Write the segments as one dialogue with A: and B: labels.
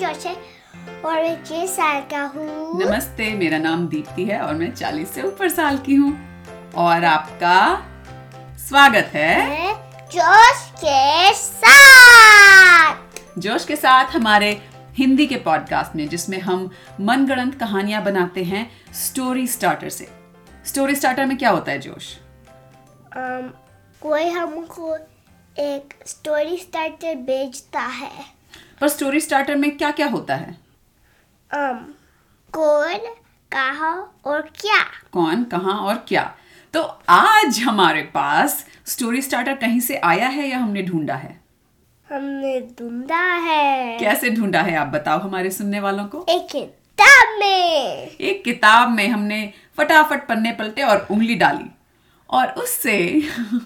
A: जोश है और मैं छह साल का हूँ
B: नमस्ते मेरा नाम दीप्ति है और मैं 40 से ऊपर साल की हूँ और आपका स्वागत है
A: मैं जोश के साथ
B: जोश के साथ हमारे हिंदी के पॉडकास्ट में जिसमें हम मनगढ़ंत कहानियां बनाते हैं स्टोरी स्टार्टर से स्टोरी स्टार्टर में क्या होता है जोश
A: अम, कोई हमको एक स्टोरी स्टार्टर भेजता है
B: पर स्टोरी स्टार्टर में क्या क्या होता है
A: अम कौन कहा और क्या
B: कौन कहाँ और क्या तो आज हमारे पास स्टोरी स्टार्टर कहीं से आया है या हमने ढूंढा है
A: हमने ढूंढा है
B: कैसे ढूंढा है आप बताओ हमारे सुनने वालों को
A: एक किताब में
B: एक किताब में हमने फटाफट पन्ने पलटे और उंगली डाली और उससे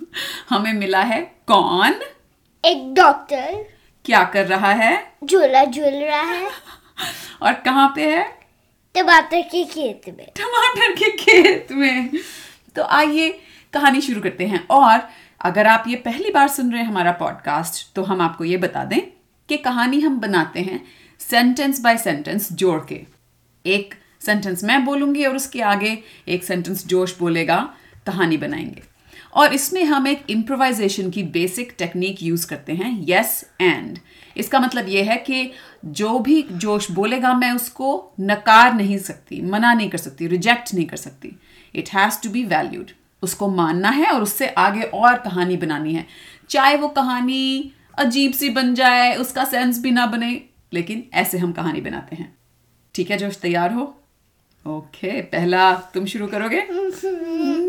B: हमें मिला है कौन
A: एक डॉक्टर
B: क्या कर रहा है
A: झूला झूल रहा है
B: और कहाँ पे है
A: टमाटर के खेत में
B: टमाटर के खेत में तो आइए कहानी शुरू करते हैं और अगर आप ये पहली बार सुन रहे हैं हमारा पॉडकास्ट तो हम आपको ये बता दें कि कहानी हम बनाते हैं सेंटेंस बाय सेंटेंस जोड़ के एक सेंटेंस मैं बोलूँगी और उसके आगे एक सेंटेंस जोश बोलेगा कहानी बनाएंगे और इसमें हम एक इम्प्रोवाइजेशन की बेसिक टेक्निक यूज़ करते हैं यस एंड इसका मतलब यह है कि जो भी जोश बोलेगा मैं उसको नकार नहीं सकती मना नहीं कर सकती रिजेक्ट नहीं कर सकती it has to be valued उसको मानना है और उससे आगे और कहानी बनानी है चाहे वो कहानी अजीब सी बन जाए उसका सेंस भी ना बने लेकिन ऐसे हम कहानी बनाते हैं ठीक है जोश तैयार हो ओके पहला तुम शुरू करोगे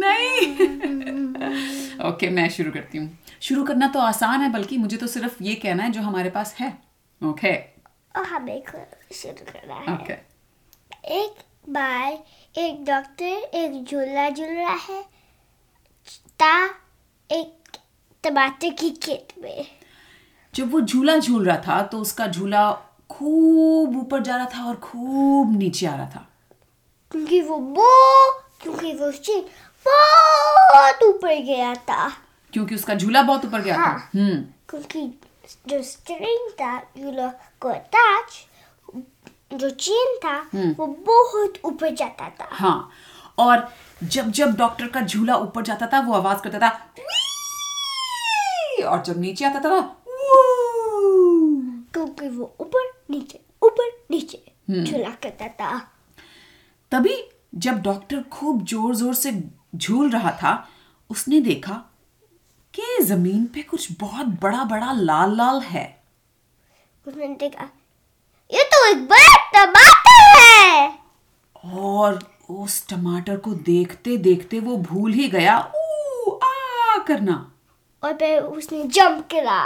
B: नहीं ओके मैं शुरू करती हूँ शुरू करना तो आसान है बल्कि मुझे तो सिर्फ ये कहना है जो हमारे पास है ओके
A: और हमें को शुरू करना है
B: ओके
A: एक बार एक डॉक्टर एक झूला झूल रहा है ता एक टमाटर के खेत में
B: जब वो झूला झूल रहा था तो उसका झूला खूब ऊपर जा रहा था और खूब नीचे आ रहा था
A: क्योंकि वो बो क्योंकि वो सिंह बहुत ऊपर गया था
B: क्योंकि उसका झूला बहुत ऊपर गया था
A: हाँ।
B: हम्म
A: क्योंकि जो स्ट्रिंग था झूला को अटैच जो चेन था वो बहुत ऊपर जाता था
B: हाँ और जब जब डॉक्टर का झूला ऊपर जाता था वो आवाज करता था "वी!" और जब नीचे आता था वो "वू!"
A: क्योंकि वो ऊपर नीचे ऊपर नीचे झूला करता था
B: तभी जब डॉक्टर खूब जोर जोर से झूल रहा था उसने देखा कि जमीन पे कुछ बहुत बड़ा बड़ा लाल लाल है
A: उसने देखा ये तो एक बड़ा टमाटर है
B: और उस टमाटर को देखते देखते वो भूल ही गया "ऊ, आ करना
A: और फिर उसने जंप करा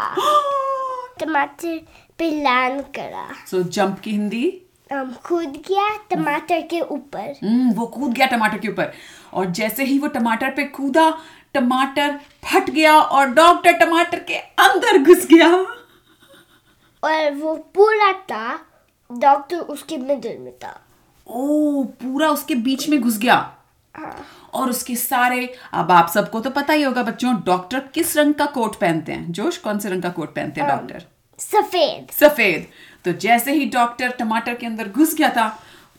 A: टमाटर पे लैंड करा
B: सो जंप की हिंदी
A: हम कूद गया टमाटर के ऊपर
B: हम्म वो कूद गया टमाटर के ऊपर और जैसे ही वो टमाटर पे कूदा टमाटर फट गया और डॉक्टर टमाटर के अंदर घुस गया
A: और वो पूरा था डॉक्टर उसके मिडल में था
B: ओ पूरा उसके बीच में घुस गया
A: हाँ।
B: और उसके सारे अब आप सबको तो पता ही होगा बच्चों डॉक्टर किस रंग का कोट पहनते हैं जोश कौन से रंग का कोट पहनते हैं डॉक्टर
A: सफेद
B: सफेद तो जैसे ही डॉक्टर टमाटर के अंदर घुस गया था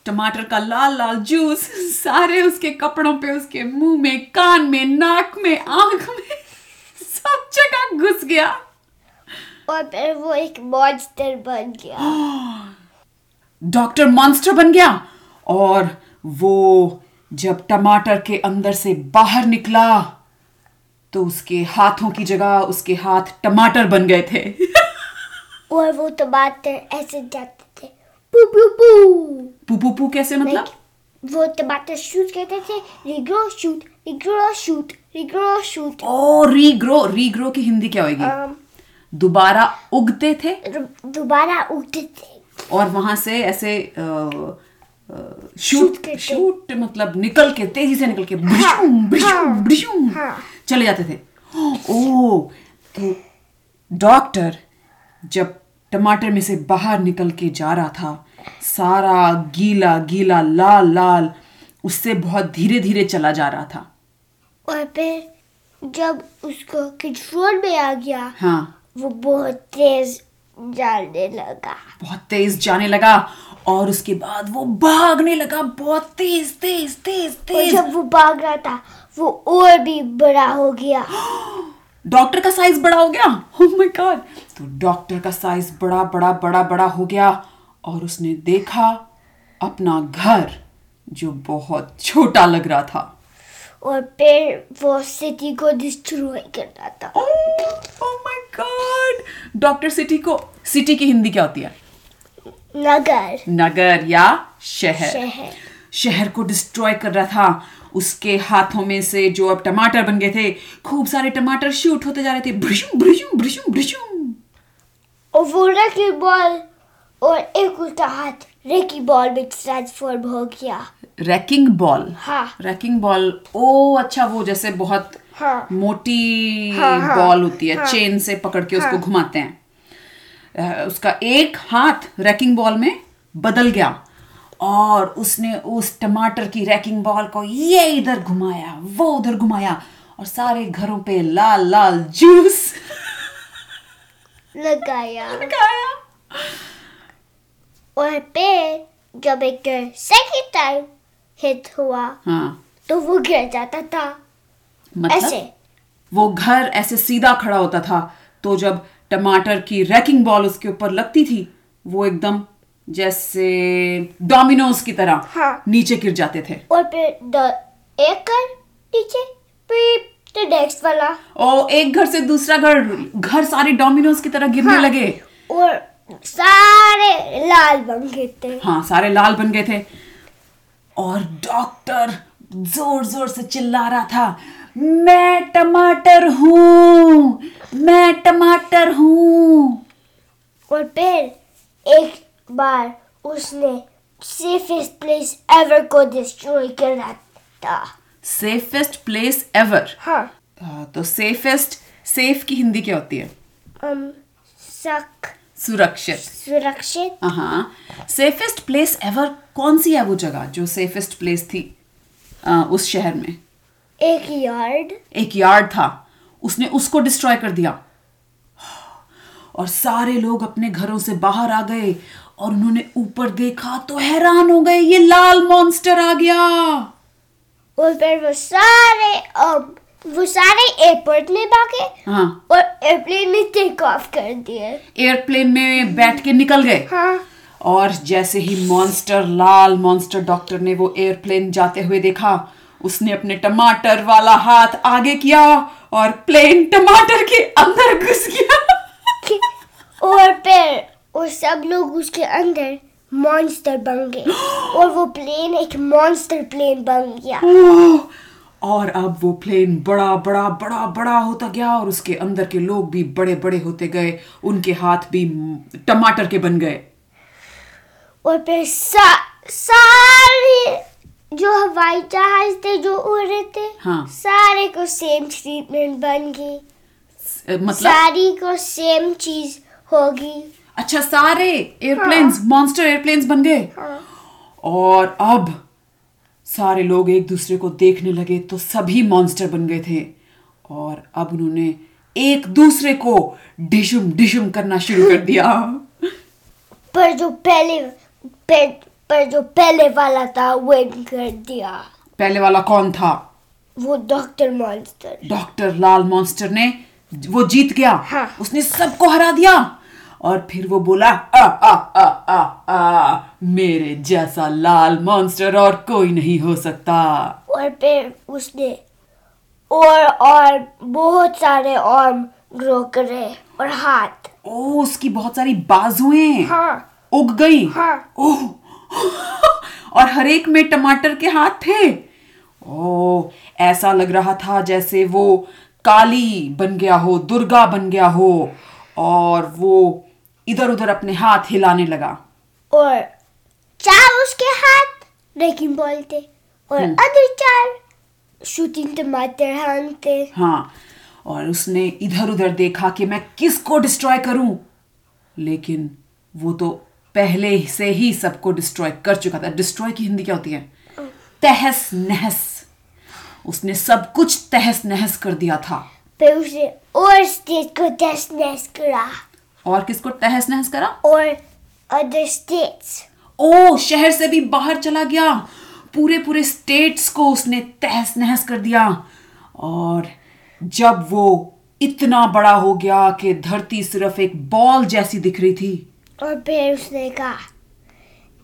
B: टमाटर का लाल लाल जूस सारे उसके कपड़ों पे उसके मुंह में कान में नाक में आंख में सब जगह घुस गया
A: और फिर वो एक मॉन्स्टर बन गया
B: डॉक्टर मॉन्स्टर बन गया और वो जब टमाटर के अंदर से बाहर निकला तो उसके हाथों की जगह उसके हाथ टमाटर बन गए थे
A: और वो टमाटर ऐसे जाते थे पू पू पू
B: पुपुपू कैसे मतलब
A: वो टमाटर शूट करते थे regrow shoot regrow shoot regrow shoot
B: ओ रीग्रो रीग्रो की हिंदी क्या होगी
A: अम,
B: दोबारा उगते थे
A: दु- दोबारा उठते थे
B: और वहां से ऐसे अ, अ,
A: शूट
B: शूट
A: करते।
B: शूट मतलब निकल के तेजी से निकल के ब्रिशूम ब्रिशूम
A: हाँ,
B: ब्रिशूम
A: हाँ।
B: चले जाते थे ओ तो डॉक्टर जब टमाटर में से बाहर निकल के जा रहा था सारा गीला गीला लाल लाल उससे बहुत धीरे धीरे चला जा रहा था
A: और फिर जब उसको कंट्रोल में आ गया
B: हाँ
A: वो बहुत तेज जाने लगा
B: बहुत तेज जाने लगा और उसके बाद वो भागने लगा बहुत तेज तेज तेज
A: और
B: तेज
A: जब वो भाग रहा था वो और भी बड़ा हो गया
B: डॉक्टर का साइज बड़ा हो गया ओह माय गॉड तो डॉक्टर का साइज बड़ा बड़ा बड़ा बड़ा हो गया और उसने देखा अपना घर जो बहुत छोटा लग रहा था
A: और फिर वो सिटी को डिस्ट्रॉय करना था
B: oh my god doctor city को सिटी की हिंदी क्या होती है
A: नगर
B: नगर या शहर
A: शहर
B: शहर को डिस्ट्रॉय कर रहा था उसके हाथों में से जो अब टमाटर बन गए थे खूब सारे टमाटर शूट होते जा रहे थे ब्रिशुम ब्रिशुम ब्रिशुम ब्रिशुम
A: और वो रकी बॉल और एक उसका हाथ रेकी बॉल में ट्रांसफॉर्म हो गया
B: रैकिंग बॉल
A: हाँ
B: रैकिंग बॉल ओ अच्छा वो जैसे बहुत
A: हाँ
B: मोटी
A: हाँ, हाँ,
B: बॉल होती है चेन से पकड़ के उसको घुमाते हैं अ, उसका एक हाथ रैकिंग बॉल में बदल गया और उसने उस टमाटर की रैकिंग बॉल को ये इधर घुमाया वो उधर घुमाया और सारे घरों पे लाल लाल जूस
A: लगाया
B: लगाया
A: और फिर जब एक सेकेंड टाइम हिट हुआ
B: हाँ
A: तो वो गिर जाता था ऐसे
B: मतलब वो घर ऐसे सीधा खड़ा होता था तो जब टमाटर की रैकिंग बॉल उसके ऊपर लगती थी वो एकदम जैसे डोमिनोज की तरह
A: हाँ।
B: नीचे गिर जाते थे
A: और फिर द एक कर नीचे पीप तो नेक्स्ट वाला
B: और एक घर से दूसरा घर घर सारे डोमिनोज की तरह गिरने
A: हाँ।
B: लगे
A: और सारे लाल बन गए थे
B: हाँ सारे लाल बन गए थे और डॉक्टर जोर जोर से चिल्ला रहा था मैं टमाटर हूँ मैं टमाटर हूँ
A: और फिर एक बार उसने सेफेस्ट प्लेस एवर को डिस्ट्रॉय करना था
B: सेफेस्ट प्लेस एवर
A: हाँ
B: हाँ, तो सेफेस्ट सेफ की हिंदी क्या होती है
A: हम सक
B: सुरक्षित
A: सुरक्षित
B: हाँ सेफेस्ट प्लेस एवर कौन सी है वो जगह जो सेफेस्ट प्लेस थी अ, उस शहर में
A: एक यार्ड
B: एक यार्ड था उसने उसको डिस्ट्रॉय कर दिया और सारे लोग अपने घरों से बाहर आ गए और उन्होंने ऊपर देखा तो हैरान हो गए ये लाल मॉन्स्टर आ गया
A: और फिर वो सारे अब वो सारे एयरपोर्ट में भागे
B: हाँ
A: और एयरप्लेन में टेक ऑफ कर दिए
B: एयरप्लेन में बैठ के निकल गए
A: हाँ
B: और जैसे ही मॉन्स्टर लाल मॉन्स्टर डॉक्टर ने वो एयरप्लेन जाते हुए देखा उसने अपने टमाटर वाला हाथ आगे किया और प्लेन टमाटर के अंदर घुस गया
A: और फिर और सब लोग उसके अंदर मॉन्स्टर बन गए और वो प्लेन एक मॉन्स्टर प्लेन बन गया
B: ओह! और अब वो प्लेन बड़ा बड़ा बड़ा बड़ा होता गया और उसके अंदर के लोग भी बड़े बड़े होते गए उनके हाथ भी म- टमाटर के बन गए
A: और फिर सा, सारे जो हवाई जहाज थे जो उड़ रहे थे
B: हाँ।
A: सारे को सेम ट्रीटमेंट बन गई
B: अ, मतलब
A: सारी को सेम चीज होगी
B: अच्छा सारे एयरप्लेन्स मॉन्स्टर एयरप्लेन्स बन गए
A: हाँ।
B: और अब सारे लोग एक दूसरे को देखने लगे तो सभी मॉन्स्टर बन गए थे और अब उन्होंने एक दूसरे को डिशुम डिशुम करना शुरू कर दिया
A: पर जो पहले पर, पर जो पहले वाला था वो इन कर दिया
B: पहले वाला कौन था
A: वो डॉक्टर मॉन्स्टर
B: डॉक्टर लाल मॉन्स्टर ने वो जीत गया
A: हाँ।
B: उसने सबको हरा दिया और फिर वो बोला आ आ आ आ आ मेरे जैसा लाल मॉन्स्टर और कोई नहीं हो सकता
A: और फिर उसने और और बहुत सारे आर्म ग्रो करे और हाथ
B: ओ उसकी बहुत सारी बाजुएं
A: हाँ
B: उग गई
A: हाँ।
B: ओह और हर एक में टमाटर के हाथ थे ओ ऐसा लग रहा था जैसे वो काली बन गया हो दुर्गा बन गया हो और वो इधर उधर अपने हाथ हिलाने लगा
A: और चार उसके हाथ ब्रेकिंग बॉल थे और अदर चार शूटिंग टमाटर हैंड थे
B: हाँ और उसने इधर उधर देखा कि मैं किसको डिस्ट्रॉय करूं लेकिन वो तो पहले से ही सबको डिस्ट्रॉय कर चुका था डिस्ट्रॉय की हिंदी क्या होती है तहस नहस उसने सब कुछ तहस नहस कर दिया था
A: फिर उसने और स्टेज को टेस्ट नेस करा
B: और किसको तहस नहस करा
A: or other states.
B: ओ शहर से भी बाहर चला गया पूरे पूरे स्टेट्स को उसने तहस नहस कर दिया और जब वो इतना बड़ा हो गया कि धरती सिर्फ एक बॉल जैसी दिख रही थी
A: और फिर उसने कहा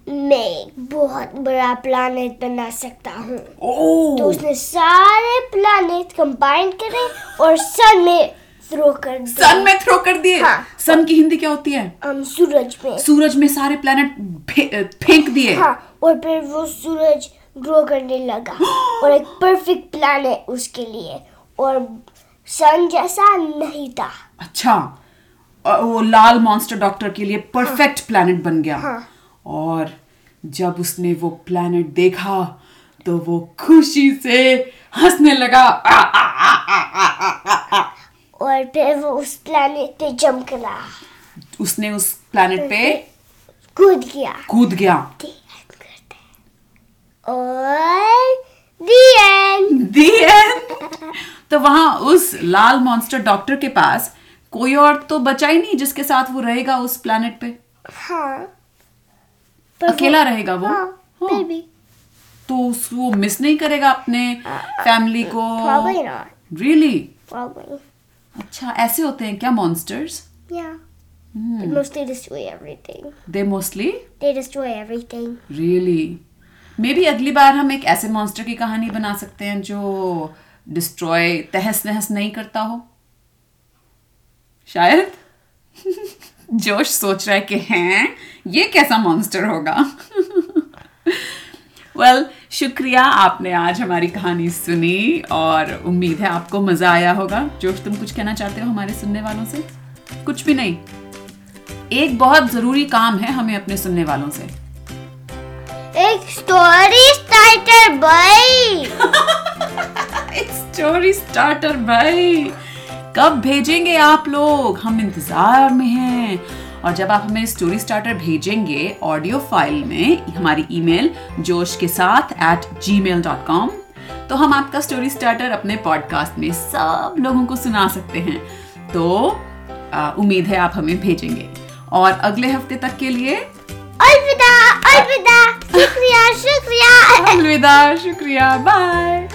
A: मैं एक बहुत बड़ा प्लानिट बना सकता हूँ तो
B: ओ
A: उसने सारे प्लानिट कंबाइन करे और सन में थ्रो कर दिया
B: सन में थ्रो कर दिए
A: हाँ।
B: सन की हिंदी क्या होती है
A: हम सूरज में
B: सूरज में सारे प्लेनेट फे- फेंक दिए
A: हाँ और फिर वो सूरज ग्रो करने लगा और एक परफेक्ट प्लान है उसके लिए और सन जैसा नहीं था
B: अच्छा और वो लाल मॉन्स्टर डॉक्टर के लिए परफेक्ट प्लेनेट बन गया
A: हाँ।
B: और जब उसने वो प्लेनेट देखा तो वो खुशी से हंसने लगा आ, आ, आ, आ, आ, आ, आ, आ।
A: और फिर वो उस प्लानिट पे जंप करा
B: उसने उस प्लेनेट पे
A: कूद गया
B: कूद गया
A: The end करते हैं। और the end.
B: The end. तो वहां उस लाल मॉन्स्टर डॉक्टर के पास कोई और तो बचा ही नहीं जिसके साथ वो रहेगा उस प्लेनेट पे
A: हाँ पर वो-
B: अकेला रहेगा वो
A: हाँ
B: हाँ।
A: maybe
B: तो उस- वो मिस नहीं करेगा अपने फैमिली को
A: probably not
B: रियली
A: probably
B: अच्छा ऐसे होते हैं क्या monsters
A: yeah
B: Hmm.
A: they mostly destroy everything
B: they mostly
A: they destroy everything
B: really may be अगली बार हम एक ऐसे मॉन्स्टर की कहानी बना सकते हैं जो डिस्ट्रॉय तहस नहस नहीं करता हो शायद जोश सोच रहा है कि हैं ये कैसा मॉन्स्टर होगा वेल well, शुक्रिया आपने आज हमारी कहानी सुनी और उम्मीद है आपको मज़ा आया होगा जोश तुम कुछ कहना चाहते हो हमारे सुनने वालों से कुछ भी नहीं एक बहुत ज़रूरी काम है हमें अपने सुनने वालों से
A: एक स्टोरी स्टार्टर भाई
B: एक स्टोरी स्टार्टर भाई कब भेजेंगे आप लोग हम इंतजार में हैं और जब आप हमें स्टोरी स्टार्टर भेजेंगे ऑडियो फाइल में हमारी ईमेल जोश के साथ at Gmail dot com तो हम आपका स्टोरी स्टार्टर अपने पॉडकास्ट में सब लोगों को सुना सकते हैं तो आ, उम्मीद है आप हमें भेजेंगे और अगले हफ्ते तक के लिए
A: अलविदा अलविदा शुक्रिया शुक्रिया
B: अलविदा शुक्रिया बाय